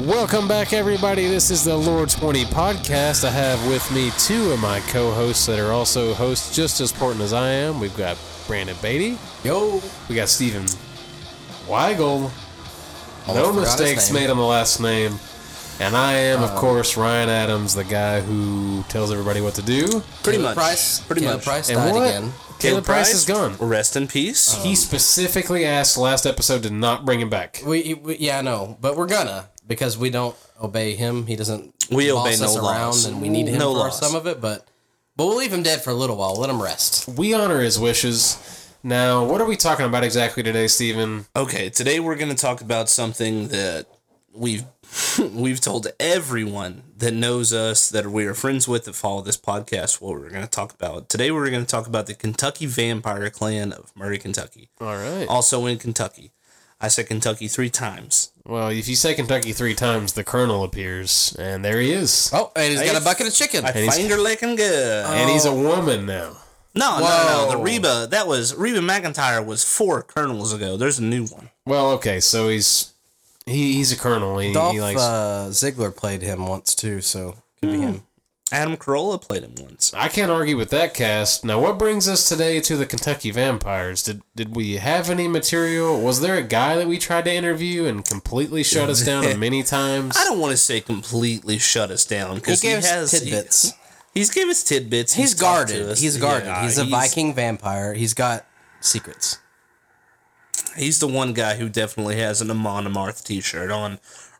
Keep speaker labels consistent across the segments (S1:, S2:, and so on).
S1: Welcome back, everybody. This is the Lord 20 podcast. I have with me two of my co hosts that are also hosts just as important as I am. We've got Brandon Beatty.
S2: Yo.
S1: We got Stephen Weigel.
S2: Almost
S1: no
S2: Oh, forgot his
S1: mistakes
S2: name. Uh,
S1: made on the last name. And I am, of course, Ryan Adams, the guy who tells everybody what to do.
S3: Pretty
S2: Caleb
S3: much.
S2: Price.
S3: Pretty
S2: Caleb
S3: much.
S2: Price
S1: And
S2: died
S1: what?
S2: again.
S1: Caleb Price is gone. Oh.
S3: Rest in peace.
S1: He specifically asked last episode to not bring him back.
S2: We, we yeah, I know, but we're gonna because we don't obey him. He doesn't.
S3: We
S2: boss
S3: obey no
S2: us
S3: laws.
S2: around, and we need him
S3: No
S2: for
S3: laws.
S2: some of it. But but we'll leave him dead for a little while. Let him rest.
S1: We honor his wishes. Now, what are we talking about exactly today, Stephen?
S3: Okay, today we're going to talk about something that we've we've told everyone that knows us that we are friends with that follow this podcast what we're going to talk about. Today we're going to talk about the Kentucky Vampire Clan of Murray, Kentucky.
S1: All right.
S3: Also in Kentucky. I said Kentucky 3 times.
S1: Well, if you say Kentucky three times, the Colonel appears, and there he is.
S2: Oh, and he's got
S3: Hey.
S2: a bucket of chicken.
S3: I
S1: he's- Oh.
S3: find her looking good.
S1: And he's a woman now.
S3: no, no, no, the
S2: Whoa.
S3: Reba, that was Reba McIntyre was 4 colonels ago. There's a new one.
S1: Well, okay, so he's he, he's a colonel. He,
S2: Dolph
S1: he likes.
S2: uh, Ziggler played him once too, so could
S3: Mm.
S2: be him.
S3: Adam Carolla played him once.
S1: I can't argue with that cast. Now, what brings us today to the Kentucky Vampires? Did did we have any material? Was there a guy that we tried to interview and completely shut us down many times?
S3: I don't want to say completely shut us down because he,
S2: gave us
S3: has
S2: tidbits.
S3: he- he's give us tidbits.
S2: He's,
S3: talked
S2: guarded.
S3: to us.
S2: He's guarded.
S3: Yeah,
S2: he's a Viking vampire. He's got secrets.
S3: He's the one guy who definitely has an Amon Amarth T-shirt on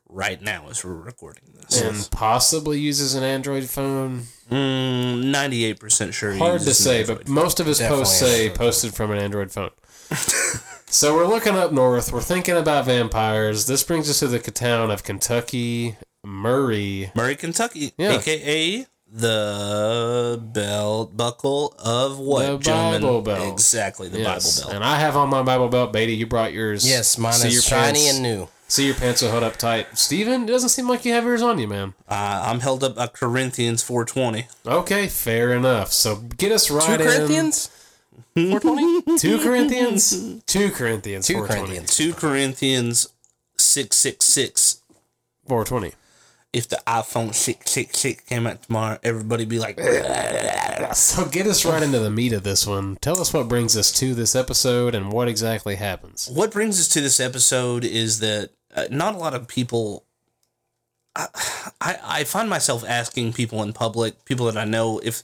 S3: right now as we're recording this.
S1: And possibly uses an Android phone.
S3: Ninety-eight percent sure. he
S1: Hard to
S3: uses
S1: say,
S3: an
S1: but
S3: Android.
S1: most of his posts
S2: Definitely.
S1: say posted from an Android phone. so we're looking up north. We're thinking about vampires. This brings us to the town of Kentucky, Murray.
S3: Murray, Kentucky,
S1: Yeah.
S3: aka the belt buckle of what?
S1: The
S3: gentlemen?
S1: Bible Belt.
S3: Exactly, the
S1: Yes.
S3: Bible belt.
S1: And I have on my Bible belt. Beatty, you brought yours.
S2: Yes, mine
S1: So
S2: is shiny and new.
S1: So your pants are held up tight. Steven, it doesn't seem like you have yours on you, man.
S3: Uh, I'm held up by Corinthians four twenty.
S1: Okay, fair enough. So get us right
S2: Two
S1: in.
S2: Corinthians. Four twenty.
S1: Two Corinthians? Two Corinthians.
S2: Two
S1: 420.
S2: Corinthians.
S3: Two Corinthians six six six
S1: 420.
S3: if the iPhone 666 came out tomorrow, everybody be like,
S1: So get us right into the meat of this one. Tell us what brings us to this episode and what exactly happens.
S3: what brings us to this episode is that uh, not a lot of people. I, I I find myself asking people in public, people that I know, if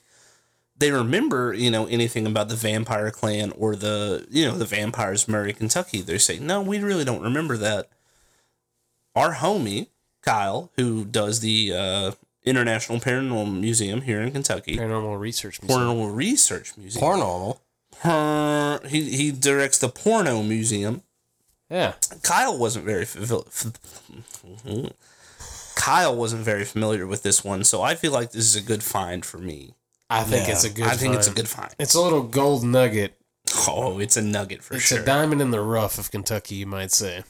S3: they remember, you know, anything about the vampire clan or the, you know, the vampires Murray, Kentucky. They say, no, we really don't remember that. Our homie Kyle, who does the uh, International Paranormal Museum here in Kentucky,
S1: Paranormal Research Museum.
S3: Paranormal Research Museum.
S2: Paranormal.
S3: her, he he directs the porno museum.
S1: Yeah.
S3: Kyle wasn't very fa- fa- Kyle wasn't very familiar with this one, so I feel like this is a good find for me.
S1: I think
S2: Yeah,
S1: it's a good
S3: I think it's a
S1: find.
S3: good find.
S1: It's a little gold nugget.
S3: Oh, it's a nugget for
S1: it's
S3: sure.
S1: a diamond in the rough of Kentucky, you might say.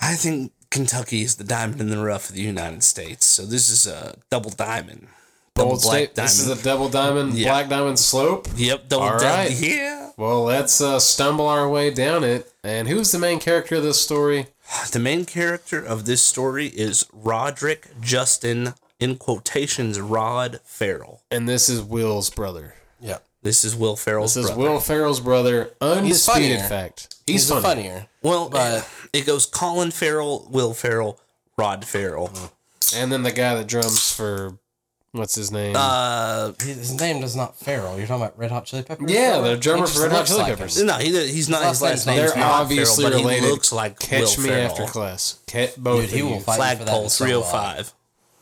S3: I think Kentucky is the diamond in the rough of the United States, so this is a double diamond, double
S1: Bold
S3: black
S1: state.
S3: diamond.
S1: This is the double diamond,
S3: Yeah.
S1: black diamond slope.
S3: yep, double
S1: All
S3: diamond.
S1: right.
S3: Yeah,
S1: Well, let's uh, stumble our way down it. And who's the main character of this story?
S3: the main character of this story is Roderick Justin in quotations Rod Farrell.
S1: And this is Will's brother.
S2: Yeah.
S3: This is Will Ferrell's
S1: This is
S3: brother.
S1: Will Ferrell's brother. Undisputed
S2: funnier.
S1: fact.
S2: He's,
S1: He's, funny.
S2: funnier.
S3: well, uh,
S2: but-
S3: it goes Colin Farrell, Will Farrell, Rod Farrell.
S1: Mm. And then the guy that drums for what's his name?
S3: Uh,
S2: His name is not Farrell. You're talking about Red Hot Chili Peppers.
S1: Yeah, the drummer
S2: He just
S1: for Red Hot
S2: looks
S1: Chili
S2: like him.
S1: Peppers.
S3: no, he, he's not.
S2: His
S3: His
S2: last name's
S3: last name's
S1: They're
S3: not
S1: obviously
S3: Farrell, but
S1: related.
S3: he looks like
S1: Catch
S3: Will
S1: me
S3: Ferrell.
S1: after class. Catch both
S2: Dude,
S1: of
S2: he
S1: you.
S2: will fight for that. in
S3: Flagpole
S2: some
S3: three hundred
S2: law.
S3: five.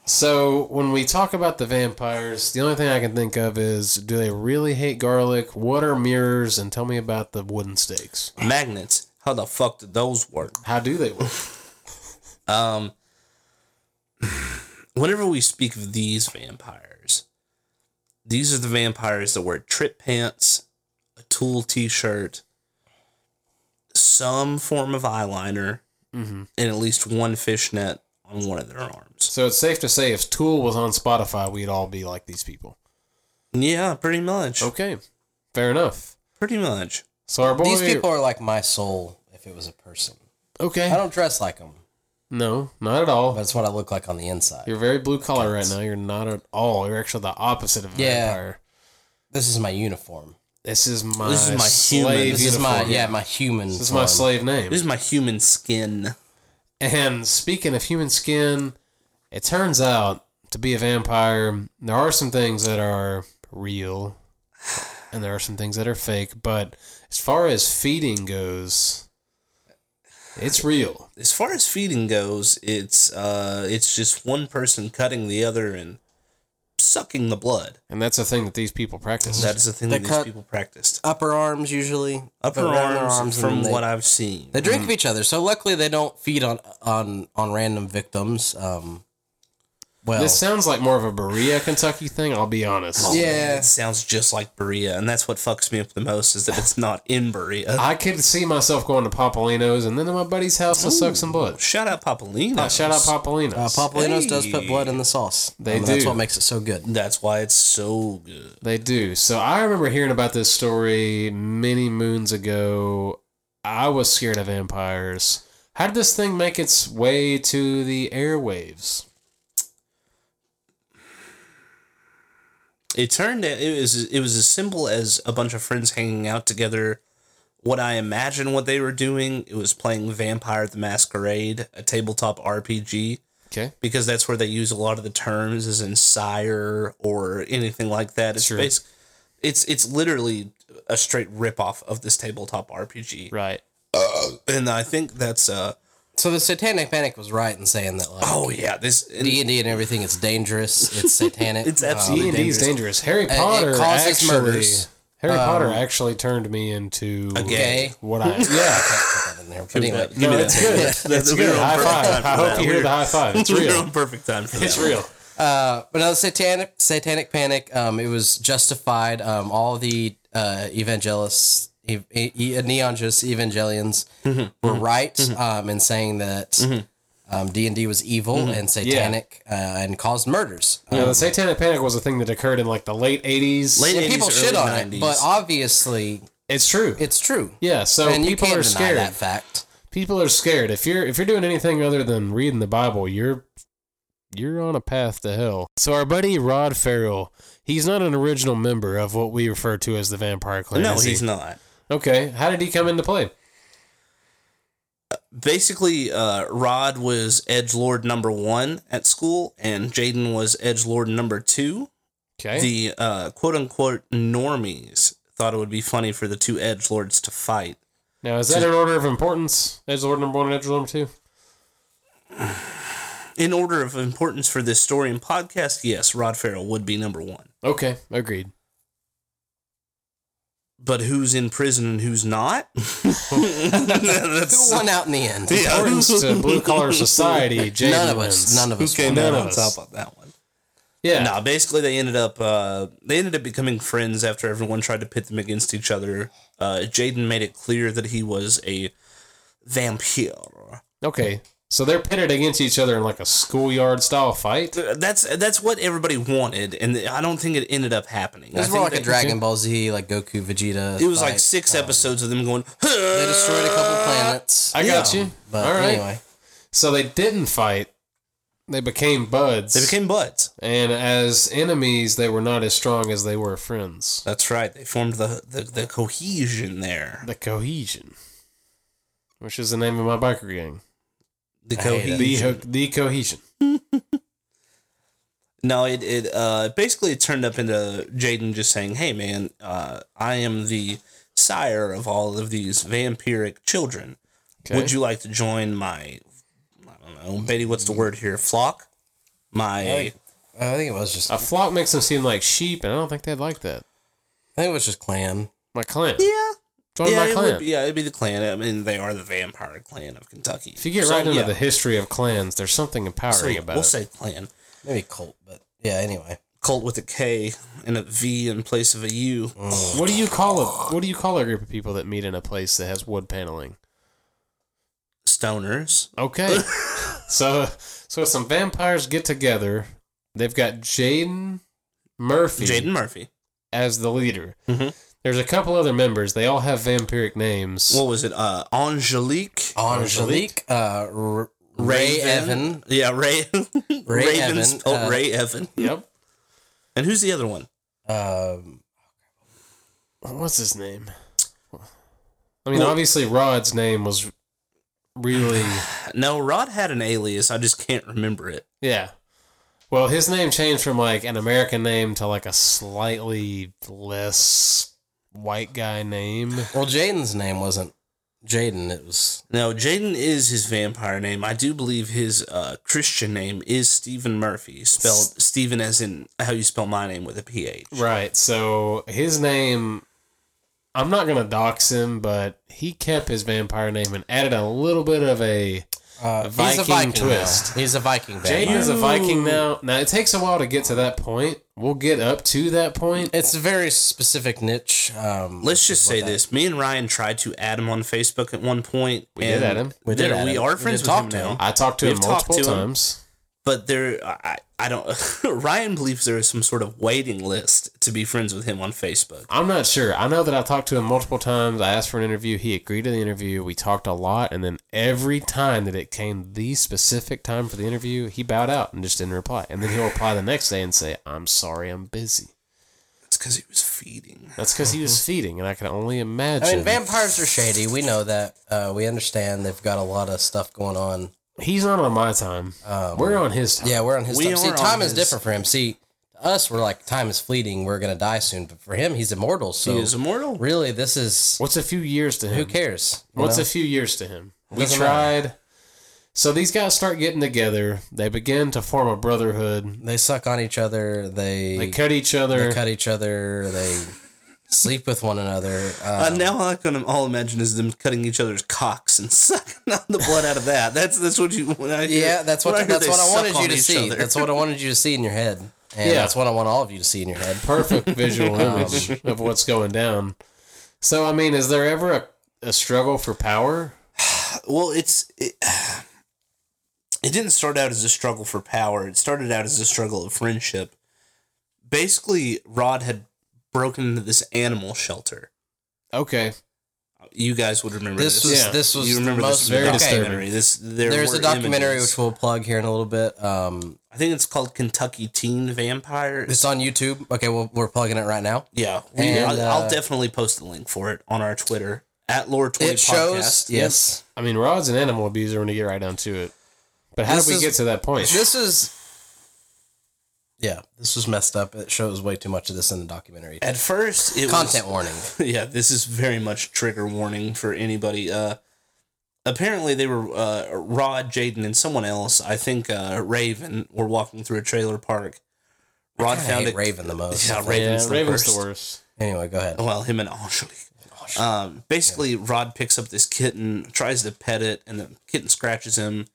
S1: So when we talk about the vampires, the only thing I can think of is: Do they really hate garlic? What are mirrors? And tell me about the wooden stakes.
S3: Magnets. How the fuck did those work?
S1: How do they work?
S3: Um, whenever we speak of these vampires, these are the vampires that wear trip pants, a tulle t-shirt, some form of eyeliner,
S2: Mm-hmm.
S1: Mhm.
S3: and at least one fishnet on one of their arms.
S1: So it's safe to say, if Tool was on Spotify, we'd all be like these people.
S3: Yeah, pretty much.
S2: Oh.
S1: Okay, fair enough.
S3: Pretty much.
S1: So our boy,
S2: These people are like my soul if it was a person.
S1: okay,
S2: I don't dress like them.
S1: No, not at all.
S2: That's what I look like on the inside.
S1: You're very blue collar right now. You're not at all. You're actually the opposite of a
S2: Yeah.
S1: vampire.
S2: This is my uniform.
S1: This is my
S3: This is my human.
S1: slave
S2: This is
S1: uniform.
S2: my yeah, my human.
S1: This is my slave name.
S3: This is my human skin.
S1: And speaking of human skin, it turns out to be a vampire, there are some things that are real and there are some things that are fake, but as far as feeding goes, it's real.
S3: As far as feeding goes, it's uh, it's just one person cutting the other and sucking the blood.
S1: And that's a thing that these people practice.
S3: That is the thing
S2: They
S3: that
S2: cut-
S3: these people practiced.
S2: upper arms usually.
S3: Upper
S2: Around their
S3: arms,
S2: and
S3: from
S2: they,
S3: what I've seen.
S2: they
S1: Mm.
S2: drink of each other. So luckily they don't feed on on on random victims. Um, well,
S1: this sounds like more of a Berea, Kentucky thing, I'll be honest.
S2: Yeah.
S3: It sounds just like Berea, and that's what fucks me up the most is that it's not in Berea.
S1: I could see myself going to Popolino's and then to my buddy's house to suck some blood.
S3: Shout out Popolino.
S1: Ah, Shout out
S2: uh,
S1: Popolino's.
S2: Papalinos does
S3: Hey.
S2: put blood in the sauce.
S1: They
S2: and That's
S1: do.
S2: what makes it so good.
S3: That's why it's so good.
S1: They do. So I remember hearing about this story many moons ago. I was scared of vampires. How did this thing make its way to the airwaves?
S3: It turned out it was it was as simple as a bunch of friends hanging out together. What I imagine what they were doing, it was playing Vampire the Masquerade, a tabletop RPG,
S1: Okay.
S3: because that's where they use a lot of the terms as in sire or anything like that. It's
S1: Sure.
S3: basic, it's it's literally a straight ripoff of this tabletop RPG.
S1: Right.
S3: And I think that's uh
S2: So the Satanic Panic was right in saying that like
S3: oh yeah, this and-
S2: D and D and everything. It's dangerous. It's satanic. Um,
S3: It's absolutely
S1: D and D is dangerous. Harry Potter
S2: Uh, causes
S1: actually.
S2: murders. Um,
S1: Harry Potter actually turned me into
S2: gay.
S1: what I.
S2: Um,
S1: Yeah.
S2: yeah, I can't put that in there. But anyway,
S3: Give me
S1: No,
S3: that.
S1: that's good.
S3: That's-
S1: That's
S3: we were
S1: good.
S3: on
S1: High
S3: perfect
S1: five.
S3: time
S1: I
S3: for
S1: hope
S3: that.
S1: you
S3: We
S1: hear
S3: were-
S1: the high five. It's
S3: we were
S1: real.
S3: on perfect time for
S1: It's
S3: that one.
S1: real.
S2: Uh, but no, satanic satanic panic. Um, it was justified. Um, all the uh, evangelists, ev- e- e- neongists, evangelians
S1: Mm-hmm.
S2: were right um, in saying that um, D and D was evil and satanic uh, and caused murders. Um,
S1: Now, Mm-hmm. the Satanic Panic was a thing that occurred in like the late 80s.
S3: Late-
S2: And people
S3: 80s,
S2: shit
S3: early
S2: on it,
S3: 90s.
S2: but obviously
S1: it's true.
S2: it's true.
S1: yeah, so
S2: and you
S1: people
S2: can't
S1: are
S2: deny
S1: scared.
S2: that fact.
S1: people are scared if you're if you're doing anything other than reading the bible you're you're on a path to hell so our buddy rod farrell he's not an original member of what we refer to as the vampire clan
S3: No,
S1: is he?
S3: he's not.
S1: okay how did he come into play
S3: Basically, uh, Rod was Edge Lord number one at school, and Jaden was Edge Lord number two.
S1: okay
S3: The uh, quote unquote normies thought it would be funny for the two Edge Lords to fight.
S1: now is that an order of importance edge lord number one and edge lord number two
S3: In order of importance for this story and podcast, yes, Rod Farrell would be number one.
S1: okay agreed
S3: But who's in prison and who's not? That's-
S2: Who won out in the end?
S1: importance to blue collar society Jaden
S2: None of
S1: wins.
S2: us. None of us.
S3: Okay,
S2: won.
S1: none
S3: none
S1: of
S3: on
S1: us.
S3: top of that one.
S1: yeah
S3: No, basically they ended up uh, they ended up becoming friends after everyone tried to pit them against each other. Uh, Jaden made it clear that he was a vampire.
S1: okay so they're pitted against each other in like a schoolyard style fight
S3: That's that's what everybody wanted, and I don't think it ended up happening.
S2: It was
S3: I
S2: more like
S3: think
S2: a
S3: they-
S2: Dragon Ball Z, like Goku, Vegeta.
S3: It was like
S2: fight. um,
S3: six episodes of them going.
S2: They destroyed a couple planets.
S1: Uh, i got
S3: Yeah,
S1: you
S2: But
S1: all right
S2: anyway,
S1: So they didn't fight. They became buds.
S3: They became buds.
S1: and as enemies, they were not as strong as they were friends.
S3: That's right. They formed the the, the cohesion there.
S1: The cohesion, which is the name of my biker gang.
S3: The
S2: I hate
S1: The,
S2: it.
S3: cohesion.
S1: ho- the cohesion.
S3: No, it it uh basically it turned up into Jaden just saying, "Hey man, uh, I am the sire of all of these vampiric children.
S1: Okay.
S3: Would you like to join my, I don't know, Betty? What's the word here? Flock? My
S2: Hey. I think it was just.
S1: a
S2: I
S1: flock makes them seem like sheep, and I don't think they'd like that.
S2: think it was just clan.
S1: My clan.
S3: yeah,
S1: Join
S3: yeah,
S1: my
S3: it
S1: clan.
S3: would be, yeah, it'd be the clan. I mean, they are the vampire clan of Kentucky.
S1: if you get
S3: So,
S1: right into
S3: yeah,
S1: the history of clans, there's something
S3: so
S1: empowering about
S3: we'll
S1: it.
S3: say clan,
S2: Maybe cult, but yeah. Anyway,
S3: cult with a K and a V in place of a U.
S1: what do you call a What do you call a group of people that meet in a place that has wood paneling?
S3: Stoners.
S1: Okay. so so some vampires get together. They've got Jaden Murphy
S3: Jaden Murphy.
S1: as the leader.
S3: Mhm.
S1: There's a couple other members. They all have vampiric names.
S3: What was it? Uh, Angelique.
S2: Angelique, uh, R- Ray Evan.
S3: Yeah, Ray. Ray Raven
S2: Evan,
S3: spelled
S2: uh,
S3: Ray Evan.
S1: Yep.
S3: And who's the other one?
S2: Um,
S1: What's his name? I mean,
S3: Well-
S1: obviously Rod's name was really
S3: No, Rod had an alias. I just can't remember it.
S1: yeah. Well, his name changed from like an American name to like a slightly less white guy name.
S2: well, Jaden's name wasn't Jaden. It was
S3: No, Jaden is his vampire name. I do believe his uh, Christian name is Stephen Murphy, spelled Stephen as in how you spell my name with a PH.
S1: Right. So his name, I'm not gonna dox him, but he kept his vampire name and added a little bit of a.
S2: uh,
S1: Viking
S2: now.
S1: twist.
S2: He's a Viking.
S1: Jaden
S2: Jaden.
S1: is a Viking now. Now it takes a while to get to that point. We'll get up to that point.
S2: It's a very specific niche. Um,
S3: Let's just
S2: what
S3: say
S2: that-
S3: this: me and Ryan tried to add him on Facebook at one point.
S1: We did
S3: and
S1: add him.
S2: We
S3: We
S2: did add
S3: We
S2: him. We
S3: are
S2: did
S3: friends with
S2: talk
S3: him
S2: to
S3: now.
S2: him.
S1: I talked to him
S3: We've talked
S1: multiple
S3: to him.
S1: times.
S3: but there, I, I don't. Ryan believes there is some sort of waiting list to be friends with him on Facebook.
S1: I'm not sure. I know that I talked to him multiple times. I asked for an interview. He agreed to the interview. We talked a lot, and then every time that it came the specific time for the interview, he bowed out and just didn't reply. And then he'll reply the next day and say, "I'm sorry, I'm busy."
S3: It's because he was feeding.
S1: That's because he
S2: Mm-hmm.
S1: was feeding, and I can only imagine.
S2: I mean, vampires are shady. We know that. Uh, we understand they've got a lot of stuff going on.
S1: He's not on my time.
S2: Um,
S1: We're on his time.
S2: Yeah, we're on his
S3: We
S2: time. See,
S3: are on
S2: time is
S3: his-
S2: different for him. See, to us, we're like, time is fleeting. We're going to die soon. But for him, he's immortal. So
S3: He is immortal.
S2: really, this is
S1: What's a few years to him?
S2: who cares? you
S1: What's
S2: know?
S1: a few years to him? We
S2: Doesn't
S1: tried. So these guys start getting together. They begin to form a brotherhood.
S2: They suck on each other. They,
S1: They cut each other.
S2: cut each other. They sleep with one another.
S3: Uh,
S2: Uh,
S3: now all I can all imagine is them cutting each other's cocks and sucking on the blood out of that. That's that's what you. When I hear-
S2: yeah, that's
S3: when
S2: what
S3: I hear
S2: that's
S3: they
S2: what I
S3: suck
S2: wanted
S3: on
S2: you to
S3: each
S2: see.
S3: other.
S2: That's what I wanted you to see in your head. And
S1: Yeah.
S2: that's what I want all of you to see in your head.
S1: perfect visual image of what's going down. So I mean, is there ever a, a struggle for power?
S3: well, it's it, it didn't start out as a struggle for power. It started out as a struggle of friendship. Basically, Rod had broken into this animal shelter.
S1: Okay.
S3: You guys would remember this.
S2: This was
S1: Yeah.
S2: this was
S3: you remember
S2: the most
S3: this
S1: very
S3: very
S1: disturbing.
S3: documentary. This there
S2: There's
S3: were
S2: a documentary
S3: images.
S2: which we'll plug here in a little bit. Um,
S3: I think it's called Kentucky Teen Vampire.
S2: it's on YouTube. Okay, well, we're plugging it right now.
S3: Yeah, we,
S2: And,
S3: I'll,
S2: uh,
S3: I'll definitely post the link for it on our Twitter at Lore Twenty
S2: It shows
S3: Podcast.
S2: yes.
S1: I mean, Rod's an animal abuser when you get right down to it. But how
S2: This
S1: did we
S2: is-
S1: get to that point?
S2: this is yeah this was messed up it shows way too much of this in the documentary
S3: At first, it
S2: content
S3: was,
S2: warning
S3: Yeah, this is very much trigger warning for anybody. Uh, apparently, they were uh, Rod, Jaden, and someone else. I think uh, Raven were walking through a trailer park. Rod
S2: i
S3: found
S2: hate
S3: it.
S2: raven the most
S3: Yeah,
S1: Yeah,
S3: Raven's, the,
S1: Raven's
S3: worst.
S1: the worst.
S2: anyway go ahead
S3: Well, him and Angelique.
S2: Angelique.
S3: Um, basically, Rod picks up this kitten, tries to pet it, and the kitten scratches him.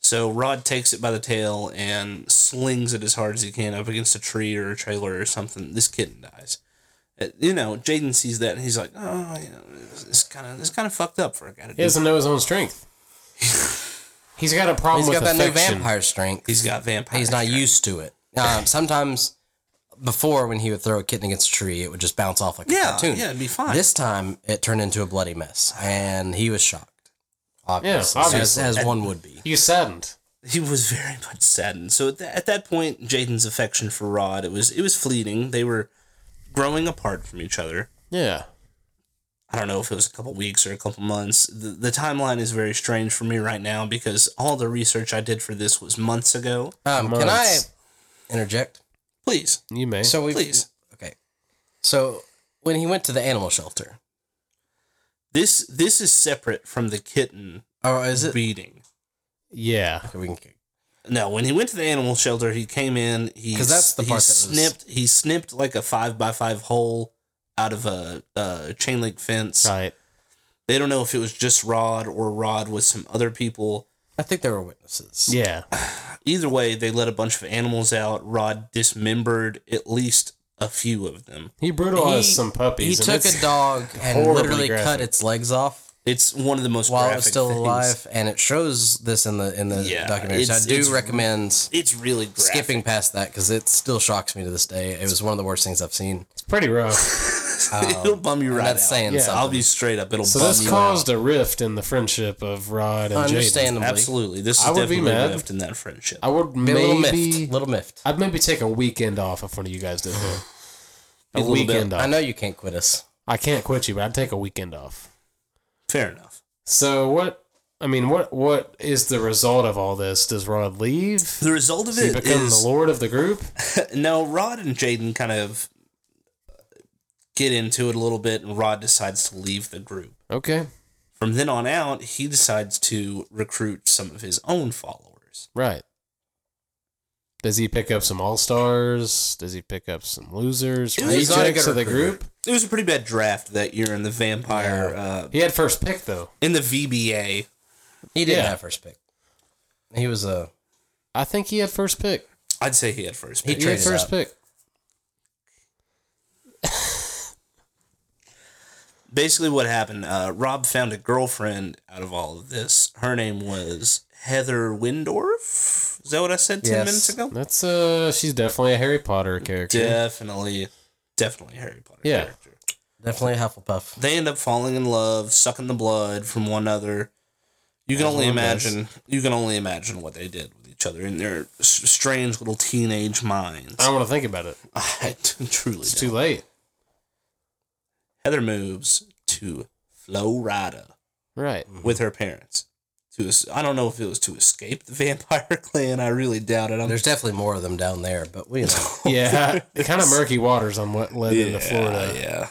S3: So Rod takes it by the tail and slings it as hard as he can up against a tree or a trailer or something. This kitten dies. Uh, you know, Jaden sees that and he's like, "Oh, you know, this is kind of this kind of fucked up for a guy to
S1: He
S3: do."
S1: doesn't know his own strength. He's got a problem
S2: he's
S1: with
S2: got that new
S1: affection.
S2: vampire strength
S3: He's got vampires.
S2: he's not used to it um, sometimes before when he would throw a kitten against a tree it would just bounce off like a
S3: Yeah,
S2: cartoon
S3: yeah, it'd be fine.
S2: this time it turned into a bloody mess and he was shocked obviously,
S1: obviously.
S2: As, as one would be
S1: He's saddened.
S3: he was very much saddened. So at, tha- at that point, Jaden's affection for Rod it was it was fleeting. They were growing apart from each other.
S1: Yeah.
S3: I don't know if it was a couple weeks or a couple months. The, the timeline is very strange for me right now because all the research I did for this was months ago.
S2: um, can i
S1: Months.
S2: interject
S3: Please,
S1: You may.
S2: so we
S3: please.
S2: okay so when he went to the animal shelter
S3: This this is separate from the kitten
S2: Oh, is it?
S3: beating.
S1: yeah.
S3: No, when he went to the animal shelter, he came in. He
S2: 'Cause that's the
S3: he
S2: part that was-
S3: snipped. He snipped like a five by five hole out of a, a chain link fence.
S1: Right.
S3: They don't know if it was just Rod or Rod with some other people.
S2: I think there were witnesses.
S1: Yeah.
S3: Either way, they let a bunch of animals out. Rod dismembered at least a few of them.
S1: He brutalized some puppies.
S2: He
S1: and
S2: took
S1: it's-
S2: a dog and
S1: horribly
S2: literally
S1: graphic.
S2: cut its legs off
S3: It's one of the most
S2: while it
S3: graphic
S2: was still
S3: things.
S2: alive, and it shows this in the in the
S3: Yeah,
S2: documentary. So I
S3: it's-
S2: do
S3: it's
S2: recommend
S3: It's really graphic.
S2: skipping past that because it still shocks me to this day. It was one of the worst things I've seen.
S1: It's pretty rough.
S3: it'll bum you right
S2: that's
S3: out.
S2: saying
S1: Yeah,
S2: something.
S3: I'll be straight up. It'll
S1: So
S3: bum
S1: this
S3: you
S1: caused a rift in the friendship of Rod and Jaden.
S2: Understandably,
S3: out. Absolutely, this is
S1: I would be
S3: definitely
S1: mad.
S3: left in that friendship.
S1: I would
S2: Be a little
S1: maybe
S2: miffed. Little miffed.
S1: I'd maybe take a weekend off if one of you guys did that. A
S3: little bit.
S1: weekend
S2: I
S1: off.
S2: know you can't quit us.
S1: I can't quit you, but I'd take a weekend off.
S3: Fair enough.
S1: So what? I mean, what what is the result of all this? Does Rod leave?
S3: The result of
S1: Does he
S3: it
S1: become
S3: is
S1: the lord of the group?
S3: no. Rod and Jaden kind of get into it a little bit, and Rod decides to leave the group.
S1: Okay,
S3: From then on out, he decides to recruit some of his own followers.
S1: right. Does he pick up some all stars? Does he pick up some losers?
S3: It was- He's
S2: a
S3: not
S1: Rejects
S2: good
S1: of the
S2: recruiter.
S1: group.
S3: It was a pretty bad draft that year in the vampire uh,
S1: He had first pick though.
S3: in the VBA.
S2: He didn't
S1: Yeah.
S2: have first pick. He was a
S1: I think he had first pick.
S3: I'd say he had first
S2: He
S3: pick.
S1: He had
S2: Traded
S1: first
S2: up.
S1: pick.
S3: Basically, what happened? Uh, Rob found a girlfriend out of all of this. Her name was Heather Windorf. Is that what I said ten
S2: Yes.
S3: minutes ago?
S1: That's uh, she's definitely a Harry Potter character.
S3: Definitely, definitely a Harry Potter
S1: Yeah.
S3: character.
S2: definitely a Hufflepuff.
S3: They end up falling in love, sucking the blood from one another. You can only
S2: one does.
S3: imagine. You can only imagine what they did with each other in their s- strange little teenage minds.
S1: I don't want to think about it.
S3: I truly
S1: It's too
S3: don't.
S1: late.
S3: Heather moves to Florida
S1: Right.
S3: with her parents. To es- I don't know if it was to escape the vampire clan. I really doubt it. I'm
S2: There's definitely more of them down there, but we know.
S1: Yeah. kind of murky waters on what led into Florida.
S3: Yeah,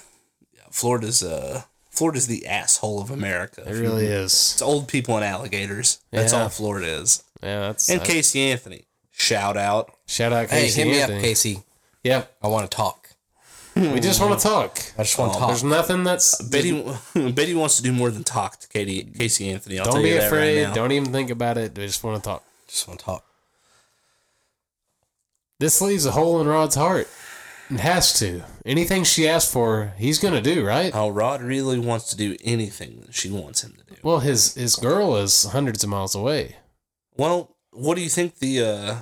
S3: yeah. Florida's uh, Florida's the asshole of America.
S1: It really
S2: Mm-hmm.
S1: is.
S3: It's old people and alligators. That's
S1: Yeah.
S3: all Florida is.
S1: Yeah, that's.
S3: And
S1: uh,
S3: Casey Anthony, shout out.
S1: shout out
S2: hey,
S1: Casey
S2: hit me
S1: Anthony.
S2: up, Casey.
S1: Yep.
S2: I want to talk.
S1: We just want to talk.
S2: I just want to Mm-hmm. talk.
S1: There's nothing that's.
S3: Betty, Betty wants to do more than talk to Katie, Casey Anthony. I'll
S1: don't
S3: tell
S1: be
S3: you that right
S1: afraid.
S3: now.
S1: don't even think about it. We just want to talk.
S2: Just want to talk.
S1: This leaves a hole in Rod's heart. It has to. Anything she asks for, he's gonna do. Right.
S3: Oh, Rod really wants to do anything that she wants him to do.
S1: Well, his his girl is hundreds of miles away.
S3: Well, what do you think the uh,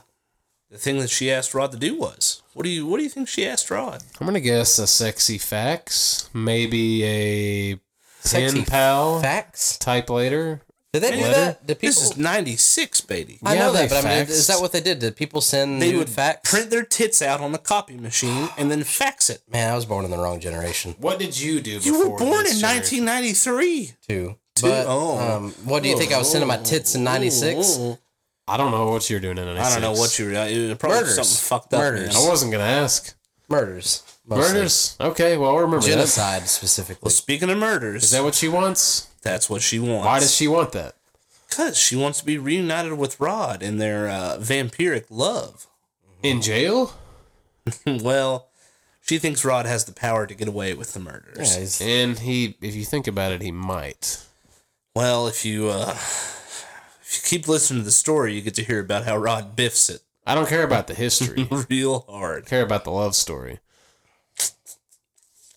S3: the thing that she asked Rod to do was? What do you What do you think she asked Rod?
S1: I'm gonna guess a sexy fax, maybe a
S2: Sexy
S1: pen pal
S2: Facts?
S1: type later.
S2: Did they do
S1: Letter?
S2: that? Did people?
S3: This is '96, baby.
S2: I know
S1: Yeah,
S2: that,
S1: they
S2: but I mean, is
S1: faxed.
S2: that what they did? Did people send
S3: They
S2: nude
S3: would
S2: facts?
S3: print their tits out on the copy machine and then fax it.
S2: Man, I was born in the wrong generation
S1: What did you do? Before
S3: You were born
S1: this
S3: in
S1: year?
S3: 1993.
S2: too.
S3: Two-
S2: But
S3: oh.
S2: um, what do you think I was sending my tits in '96?
S3: Ooh.
S1: I don't know what you're doing in '96.
S3: I don't know what you. It was probably
S2: Murders.
S3: something fucked up.
S2: Murders.
S1: I
S3: Man.
S1: wasn't gonna ask.
S2: Murders, mostly.
S1: Murders. Okay. Well, I remember that.
S2: genocide
S3: Well,
S2: specifically.
S3: speaking of murders,
S1: Is that what she wants?
S3: that's what she wants.
S1: Why does she want that?
S3: Because she wants to be reunited with Rod in their uh, vampiric love.
S1: In jail?
S3: well, she thinks Rod has the power to get away with the
S2: Yeah,
S3: murders.
S2: he's-
S1: And he, if you think about it, he might.
S3: Well, if you uh, if you keep listening to the story, you get to hear about how Rod biffs it
S1: I don't care about the history. I
S3: real hard.
S1: care about the love story.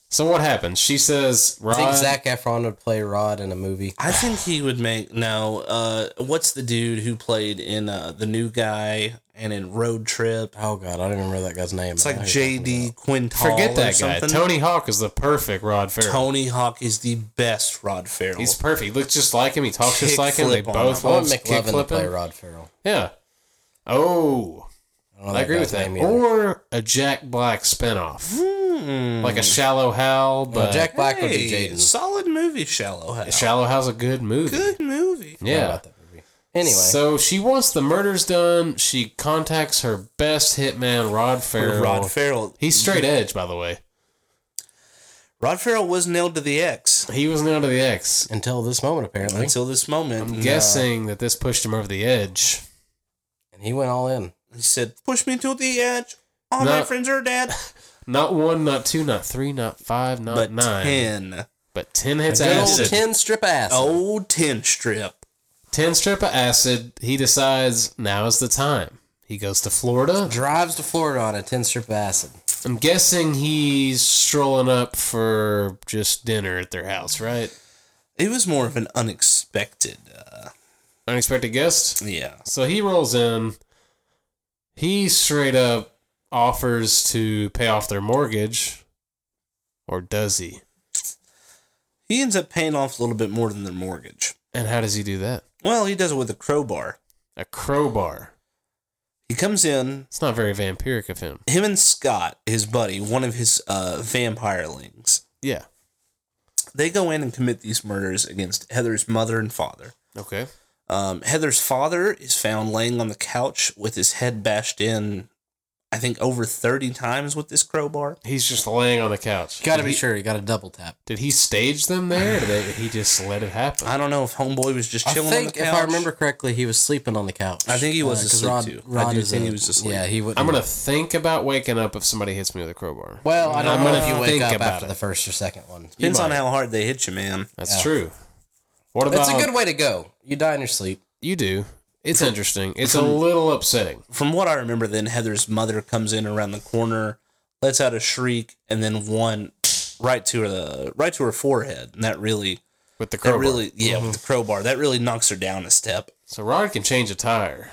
S1: So what happens? She says,
S2: I
S1: "Rod,
S2: think Zach Efron would play Rod in a movie.
S3: I think he would make no. Uh, what's the dude who played in uh, the new guy and in Road Trip?
S2: Oh god, I don't even remember that guy's name.
S3: It's like J.D. Quintal.
S1: forget
S3: or
S1: that guy.
S3: something.
S1: Tony Hawk is the perfect Rod Ferrell.
S3: Tony Hawk is the best Rod Farrell.
S1: He's perfect. He looks just like him. He talks just
S3: Kick
S1: like him. They
S3: flip on
S1: both
S2: I want
S1: love kick
S2: McLovin to play
S1: flipping.
S2: Rod Farrell.
S1: Yeah. Oh,
S2: I, don't know
S1: I agree with
S2: guy's
S1: that.
S2: name either.
S1: Or a Jack Black spinoff, like a Shallow Hal, but
S2: Well, Jack Black would be
S3: Hey,
S2: Jaden.
S3: solid movie, Shallow House.
S1: Shallow Hal's a good movie.
S3: Good movie.
S2: Forgot
S1: Yeah.
S2: about that movie. Anyway,
S1: So she wants the murders done. She contacts her best hitman, Rod Farrell.
S3: Rod Farrell.
S1: He's straight edge, by the way.
S3: Rod Farrell was nailed to the X
S1: He was nailed to the X.
S2: until this moment, apparently,
S3: until this moment.
S1: I'm
S3: And, uh,
S1: guessing that this pushed him over the edge.
S2: and he went all in.
S3: he said, "Push me to the edge. All
S1: No.
S3: my friends are dead."
S1: Not one, not two, not three, not five, not
S3: But
S1: nine,
S3: ten.
S1: but ten hits
S2: Good old
S1: acid.
S2: ten strip ass.
S3: Oh, ten strip.
S1: Ten strip of acid. He decides now is the time. He goes to Florida.
S2: drives to Florida on a ten strip of acid.
S1: I'm guessing he's strolling up for just dinner at their house, right?
S3: It was more of an unexpected. Uh,
S1: Unexpected guest.
S3: yeah.
S1: So he rolls in. He straight up offers to pay off their mortgage, or does he?
S3: He ends up paying off a little bit more than their mortgage.
S1: And how does he do that?
S3: Well, he does it with a crowbar.
S1: A crowbar.
S3: He comes in,
S1: It's not very vampiric of him.
S3: him and Scott, his buddy, one of his uh, vampirelings,
S1: Yeah.
S3: they go in and commit these murders against Heather's mother and father.
S1: Okay.
S3: Um, Heather's father is found laying on the couch with his head bashed in, I think, over 30 times with this crowbar.
S1: He's just laying on the couch.
S2: Got to
S1: Did
S2: be
S1: he-
S2: sure. You got to double tap.
S1: Did he stage them there? Or did they, he just let it happen?
S3: I don't know if Homeboy was just
S2: I
S3: chilling on the
S2: think,
S3: couch.
S2: if I remember correctly, he was sleeping on the couch. Uh,
S3: I think he was
S2: 'cause
S3: asleep,
S2: Rod,
S3: too. I
S2: Rod
S3: do
S2: is
S3: think
S2: a-
S3: he was asleep.
S2: Yeah, he would.
S1: I'm gonna think about waking up if somebody hits me with a crowbar.
S2: Well, I don't
S1: I'm
S2: know
S1: gonna
S2: if you wake
S1: think
S2: up
S1: about
S2: after
S1: it.
S2: the first or second one.
S3: Depends on
S1: might.
S3: how hard they hit you, man.
S1: That's
S2: Yeah.
S1: true. What about
S2: It's
S3: uh,
S2: a good way to go. You die in your sleep.
S1: you? Do it's interesting. It's a little upsetting.
S3: From what I remember, then Heather's mother comes in around the corner, lets out a shriek, and then one right to her the right to her forehead, and that really,
S1: with the crowbar.
S3: that really, yeah,
S2: Mm-hmm.
S3: with the crowbar, that really knocks her down a step.
S1: so Rod can change a tire.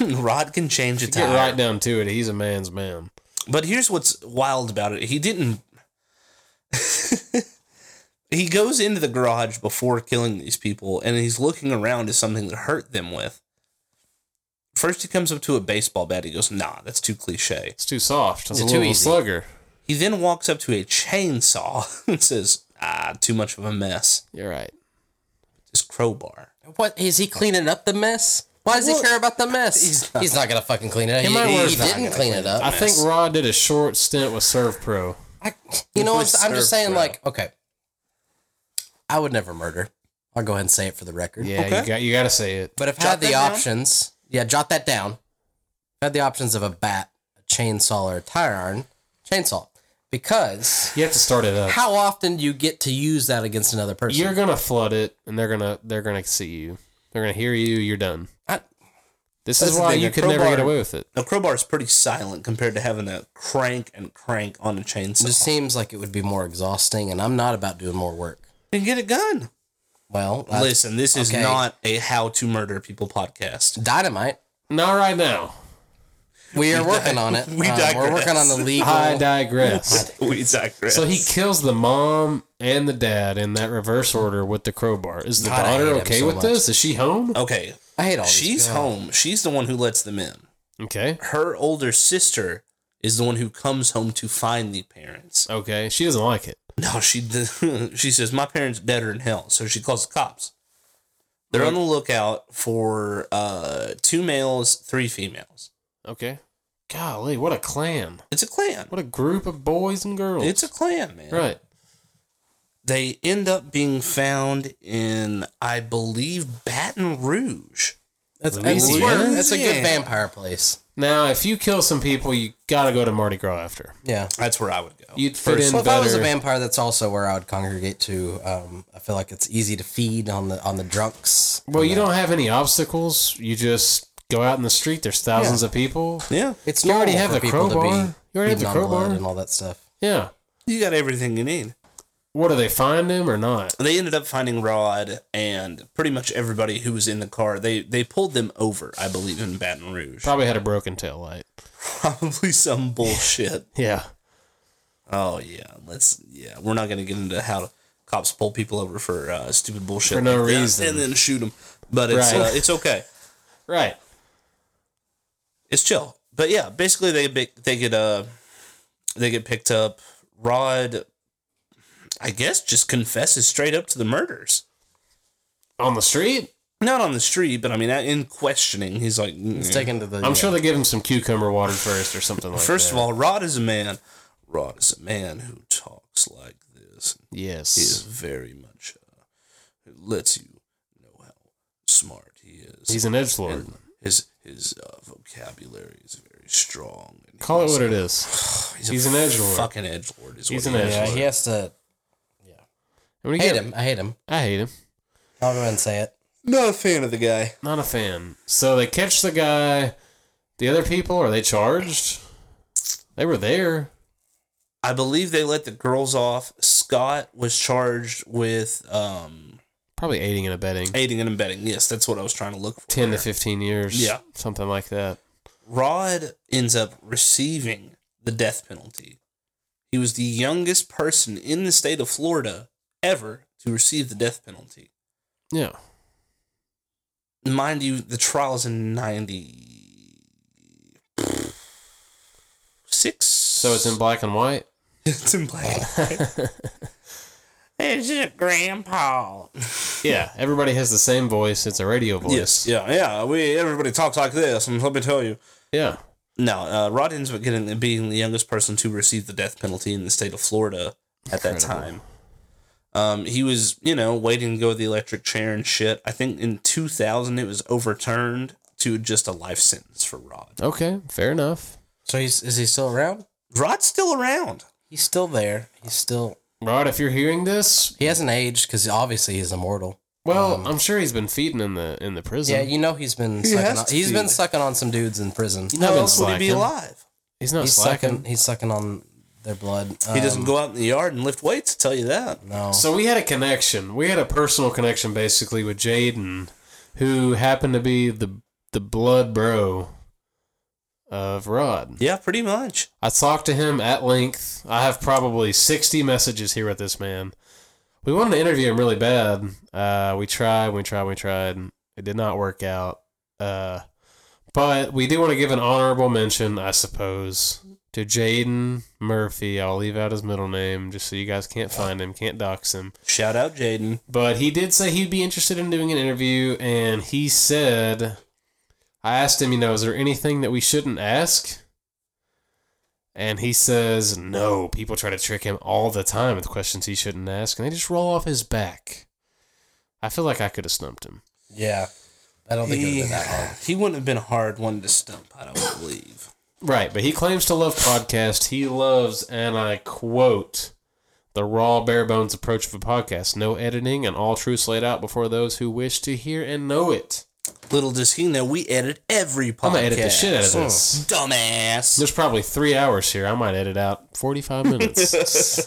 S3: Rod can change a
S1: Get
S3: tire.
S1: right down to it. He's a man's man.
S3: But here's what's wild about it. He didn't. he goes into the garage before killing these people and he's looking around as something to hurt them with. First, he comes up to a baseball bat. He goes, nah, that's too cliche.
S1: It's too soft. It's,
S2: It's
S1: a
S2: too
S1: little
S2: easy.
S1: slugger.
S3: He then walks up to a chainsaw and says, ah, too much of a mess.
S1: You're right.
S3: His crowbar.
S2: What is he cleaning up the mess? Why does he care about the mess? He's
S3: he's
S2: not,
S3: not-
S2: gonna fucking clean it up. He,
S1: might
S2: he
S1: work-
S2: didn't clean, it up.
S1: I think Rod did a short stint with Serve Pro.
S2: I, you know, what
S3: was
S2: I'm, I'm just
S3: served
S2: saying,
S3: well.
S2: like, okay, I would never murder. I'll go ahead and say it for the record.
S1: Yeah, you
S3: Okay.
S1: got you got to say it.
S2: But if I
S3: Jot
S2: had the
S3: that down.
S2: options, yeah, jot that down. If I had the options of a bat, a chainsaw, or a tire iron, chainsaw, because
S1: You have to start it up.
S2: how often do you get to use that against another person?
S1: You're gonna flood it, and they're gonna they're gonna see you. They're gonna hear you. You're done.
S2: I-
S1: This
S3: That's
S1: is
S3: the
S1: why
S3: thing,
S1: you
S3: a
S1: could never get
S3: crowbar-
S1: away with it.
S3: Now, crowbar is pretty silent compared to having to crank and crank on a
S2: it
S3: chainsaw.
S2: just seems like it would be more exhausting, and I'm not about doing more work.
S3: and get a gun.
S2: Well, that's
S3: Listen, this is
S2: okay.
S3: not a how to murder people podcast.
S2: dynamite.
S1: Not right now.
S2: We are working on it.
S3: we
S2: Um, we're working on the legal.
S1: I digress.
S3: We digress.
S1: So he kills the mom and the dad in that reverse order with the crowbar. Is the
S2: God, I
S1: daughter
S2: hate him
S1: okay
S2: so
S1: with
S2: much.
S1: this? Is she home?
S3: Okay,
S2: I hate all. these
S3: she's
S2: people.
S3: home. She's the one who lets them in.
S1: Okay.
S3: Her older sister is the one who comes home to find the parents.
S1: Okay. She doesn't like it.
S3: No, she she says my parents better in hell, so she calls the cops. They're on the lookout for uh, two males, three females.
S1: Okay. Golly, what a clan.
S3: It's a clan.
S1: What a group of boys and girls.
S3: It's a clan, man.
S1: right.
S3: They end up being found in, I believe, Baton Rouge.
S2: That's, that's,
S1: Louisiana?
S2: where- that's a good
S3: Yeah.
S2: vampire place.
S1: Now, if you kill some people, you gotta go to Mardi Gras after.
S2: Yeah.
S3: That's where I would go.
S1: You'd fit
S2: Well,
S1: in
S2: if I was a
S1: better.
S2: vampire, that's also where I would congregate to. Um, I feel like it's easy to feed on the on the drunks.
S1: Well, you don't have any obstacles. You just go out in the street. There's thousands of people.
S3: yeah,
S2: It's
S1: You already have
S2: normal
S1: the
S2: for people
S1: crowbar.
S2: To be
S1: You already have the
S2: feeding on blood
S1: crowbar.
S2: and all that stuff.
S1: Yeah.
S3: you got everything you need.
S1: What do they find him or not?
S3: they ended up finding Rod and pretty much everybody who was in the car. They they pulled them over, I believe, in Baton Rouge.
S1: Probably had a broken tail light.
S3: Probably some bullshit.
S1: Yeah.
S3: oh yeah, let's yeah. We're not gonna get into how cops pull people over for uh, stupid bullshit
S1: For no
S3: that
S1: reason.
S3: and then shoot them. But it's
S1: Right.
S3: uh, it's okay.
S1: Right.
S3: It's chill. But yeah, basically they get they get uh they get picked up. Rod, I guess, just confesses straight up to the murders.
S1: On the street?
S3: Not on the street, but I mean, in questioning, he's like,
S2: It's
S3: "Mm."
S2: taken to the.
S1: I'm sure they give him some cucumber water first or something like
S3: First
S1: that.
S3: of all, Rod is a man. Rod is a man who talks like this.
S1: yes.
S3: He is very much uh, lets you know how smart he is.
S1: He's an edge lord.
S3: And his his uh, vocabulary is very strong. And
S1: Call it
S3: he's-
S1: what it is.
S3: He's,
S1: he's an edgelord.
S3: Fucking edge lord is
S1: He's
S3: what
S1: an
S3: he is.
S1: edgelord.
S2: Yeah, he has to
S1: When you
S2: hate
S1: get-
S2: him. I hate him.
S1: I hate him.
S2: I'll go ahead and say it.
S3: Not a fan of the guy.
S1: Not a fan. So they catch the guy. The other people are they charged? They were there.
S3: I believe they let the girls off. Scott was charged with um
S1: probably aiding and abetting.
S3: Aiding and abetting. Yes, that's what I was trying to look for.
S1: 10 to 15 years.
S3: Yeah.
S1: Something like that.
S3: Rod ends up receiving the death penalty. He was the youngest person in the state of Florida ever to receive the death penalty.
S1: Yeah.
S3: Mind you, the trial's in 96.
S1: So it's in black and white.
S3: it's in black. It's just grandpa.
S1: yeah. Everybody has the same voice. It's a radio voice.
S3: Yes, yeah, yeah. We everybody talks like this, and let me tell you.
S1: Yeah.
S3: No, uh, Rod ends up getting being the youngest person to receive the death penalty in the state of Florida at that
S1: Incredible.
S3: time. Um, he was, you know, waiting to go with the electric chair and shit. I think in 2000 it was overturned to just a life sentence for Rod.
S1: Okay. Fair enough.
S2: So he's is he still around?
S3: Rod's still around.
S2: He's still there. He's still
S1: Rod, if you're hearing this,
S2: he hasn't aged because obviously he's immortal.
S1: well, I'm sure he's been feeding in the in the prison.
S2: Yeah, you know he's been
S3: He
S2: sucking
S3: has
S2: on,
S3: to
S2: he's been
S3: feed.
S2: sucking on some dudes in prison.
S1: I've
S3: How
S1: been
S3: else would he be
S1: slacking.
S3: alive?
S1: he's not
S2: He's
S1: slacking.
S2: sucking he's sucking on their blood.
S3: He doesn't
S2: Um,
S3: go out in the yard and lift weights. I'll tell you that.
S2: No.
S1: So we had a connection. We had a personal connection basically with Jaden, who happened to be the the blood bro of Rod.
S3: Yeah, pretty much.
S1: I talked to him at length. I have probably 60 messages here with this man. We wanted to interview him really bad. Uh, we tried, we tried, we tried. It did not work out. Uh, but we do want to give an honorable mention, I suppose, to Jaden Murphy. I'll leave out his middle name just so you guys can't find him, can't dox him.
S3: Shout out Jaden.
S1: But he did say he'd be interested in doing an interview, and he said, I asked him, you know, is there anything that we shouldn't ask? And he says, no, people try to trick him all the time with questions he shouldn't ask, and they just roll off his back. I feel like I could have stumped him.
S2: Yeah. I don't think it would
S3: He,
S2: have been that hard.
S3: he wouldn't have been a hard one to stump, I don't believe.
S1: Right, but he claims to love podcasts. He loves, and I quote, the raw, bare bones approach of a podcast, no editing, and all truths laid out before those who wish to hear and know it.
S3: Little does he know, we edit every podcast. Hmm.
S1: I'm gonna edit the shit out of this.
S3: Dumbass.
S1: There's probably three hours here. I might edit out 45 minutes.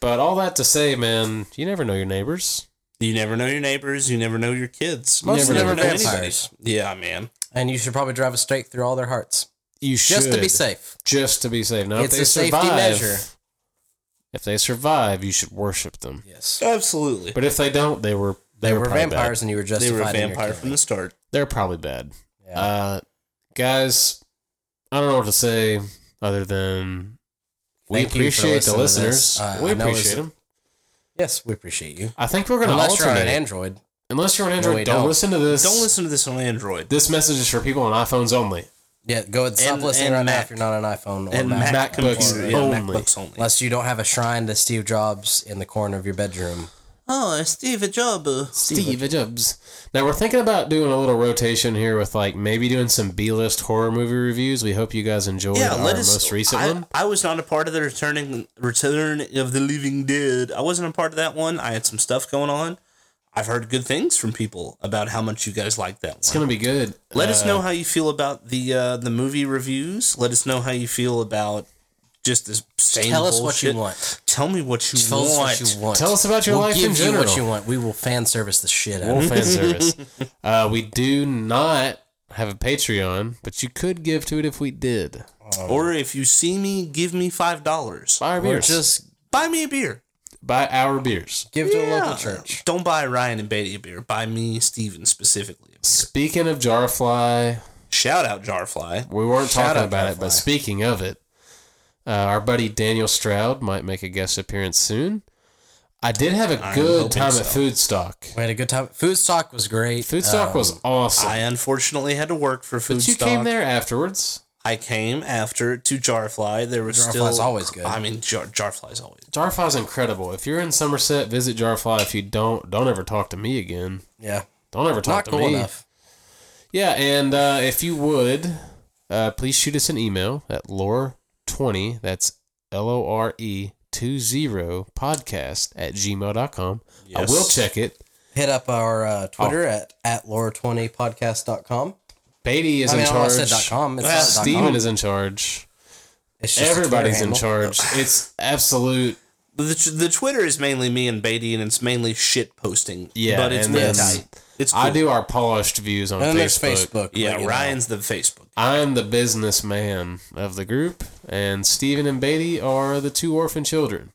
S1: but all that to say, man, you never know your neighbors.
S3: You never know your neighbors. You never know your kids.
S1: Most
S3: you
S1: never know
S3: anybody.
S2: vampires.
S3: Yeah, man.
S2: And you should probably drive a stake through all their hearts.
S1: You should
S2: Just to be safe.
S1: Just to be safe. Now,
S2: It's
S1: if they
S2: a safety
S1: survive,
S2: measure.
S1: If they survive, you should worship them.
S2: Yes.
S3: Absolutely.
S1: But if they don't, they were they,
S2: They
S1: were,
S2: were
S1: probably
S2: vampires and you were
S3: they
S2: justified.
S3: were a
S2: in your
S3: vampire
S2: killing.
S3: from the start.
S1: Bad. They're probably bad.
S2: Yeah.
S1: Uh, guys, I don't know what to say other than we
S2: Thank you for
S1: appreciate the
S2: listening to
S1: listeners.
S2: this. Uh,
S1: we
S2: I know it's-
S1: appreciate them.
S2: Yes, we appreciate you.
S1: I think we're going to
S2: Unless you're on
S1: alternate.
S2: an Android.
S1: Unless you're on Android,
S2: we
S1: don't,
S2: don't.
S1: listen to this.
S3: Don't listen to this on Android.
S1: This message is for people on iPhones only.
S2: Yeah, go ahead. Stop
S3: And-
S2: listening
S3: and
S2: right now
S3: Mac.
S2: if you're not on an iPhone or
S3: and
S2: Mac.
S3: Mac
S1: MacBooks
S3: computer, yeah,
S1: only.
S3: MacBooks only.
S2: Unless you don't have a shrine to Steve Jobs in the corner of your bedroom.
S3: Oh, Steve Jobs.
S1: Steve Jobs. Now we're thinking about doing a little rotation here with like maybe doing some B-list horror movie reviews. We hope you guys enjoyed
S3: Yeah,
S1: our
S3: let us.
S1: most recent
S3: I,
S1: one.
S3: I was not a part of the returning Return of the Living Dead. I wasn't a part of that one. I had some stuff going on. I've heard good things from people about how much you guys like that one.
S1: It's gonna be good.
S3: Let us
S2: Uh,
S3: know how you feel about the uh, the movie reviews. Let us know how you feel about just this. Same
S2: Tell us what
S3: bullshit.
S2: you want.
S3: Tell me what you
S2: Tell
S3: want.
S2: us what you want.
S1: Tell us about your
S2: we'll
S1: life in
S2: give you
S1: general.
S2: what you want. We will fan service the shit out
S1: Full
S2: of you.
S1: fan service. Uh, we do not have a Patreon, but you could give to it if we did.
S3: Or if you see me, give me five dollars.
S1: Buy our
S2: Or
S1: beers.
S2: just
S3: Buy me a beer.
S1: buy our beers.
S2: give to a
S3: Yeah.
S2: local church.
S3: Don't buy Ryan and Beatty a beer. Buy me, Steven specifically.
S1: Speaking of Jarfly,
S3: Shout out Jarfly.
S1: We weren't
S2: Shout
S1: talking
S2: out
S1: about it, but
S2: Firefly.
S1: speaking of it, uh, our buddy Daniel Stroud might make a guest appearance soon. I did have a
S3: I'm
S1: good
S3: hoping
S1: time at
S3: so.
S1: Foodstock.
S2: We had a good time. Food stock was great.
S1: Foodstock
S2: Um,
S1: was awesome.
S3: I unfortunately had to work for food
S1: but you
S3: stock.
S1: came there afterwards.
S3: I came after to Jarfly. There was
S2: Jarfly's
S3: still
S2: always good.
S3: I mean, Jar, Jarfly's always.
S1: Jarfly's incredible. If you're in Somerset, visit Jarfly. If you don't, don't ever talk to me again.
S2: yeah,
S1: Don't ever talk
S2: not
S1: to
S2: cool
S1: me.
S2: enough.
S1: Yeah, and uh, if you would, uh, please shoot us an email at lore20, that's L O R E 20 podcast at gmail.com. I
S3: Yes.
S1: will check it.
S2: Hit up our uh, Twitter
S1: Oh.
S2: at at laura20podcast.com.
S1: Beatty is
S2: I mean,
S1: in
S2: I almost
S1: charge.
S2: said dot com. It's
S3: Well,
S2: not dot com.
S1: Steven is in charge.
S2: It's just a Twitter
S1: Everybody's in
S2: handle.
S1: charge. It's absolute
S3: the, tw- the Twitter is mainly me and Beatty, and it's mainly shit posting.
S1: Yeah,
S3: but it's
S1: and
S3: really
S1: then-
S3: tight. It's
S1: I
S3: cool.
S1: do our polished views on
S2: And then there's
S1: Facebook.
S2: Facebook.
S3: Yeah,
S2: like, you know.
S3: Ryan's the Facebook.
S1: I'm the businessman of the group, and Steven and Beatty are the two orphan children.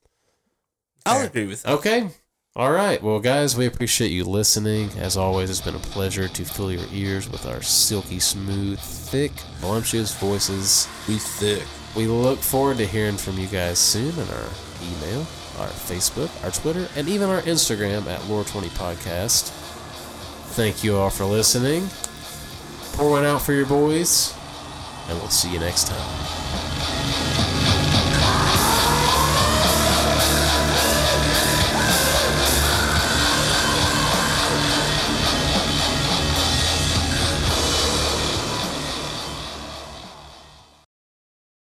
S3: I'll agree with that.
S1: Okay. All right. Well, guys, we appreciate you listening. As always, it's been a pleasure to fill your ears with our silky, smooth, thick, voluptuous voices.
S3: We thick.
S1: We look forward to hearing from you guys soon in our email, our Facebook, our Twitter, and even our Instagram at Lore20Podcast. Thank you all for listening. Pour one out for your boys, and we'll see you next time.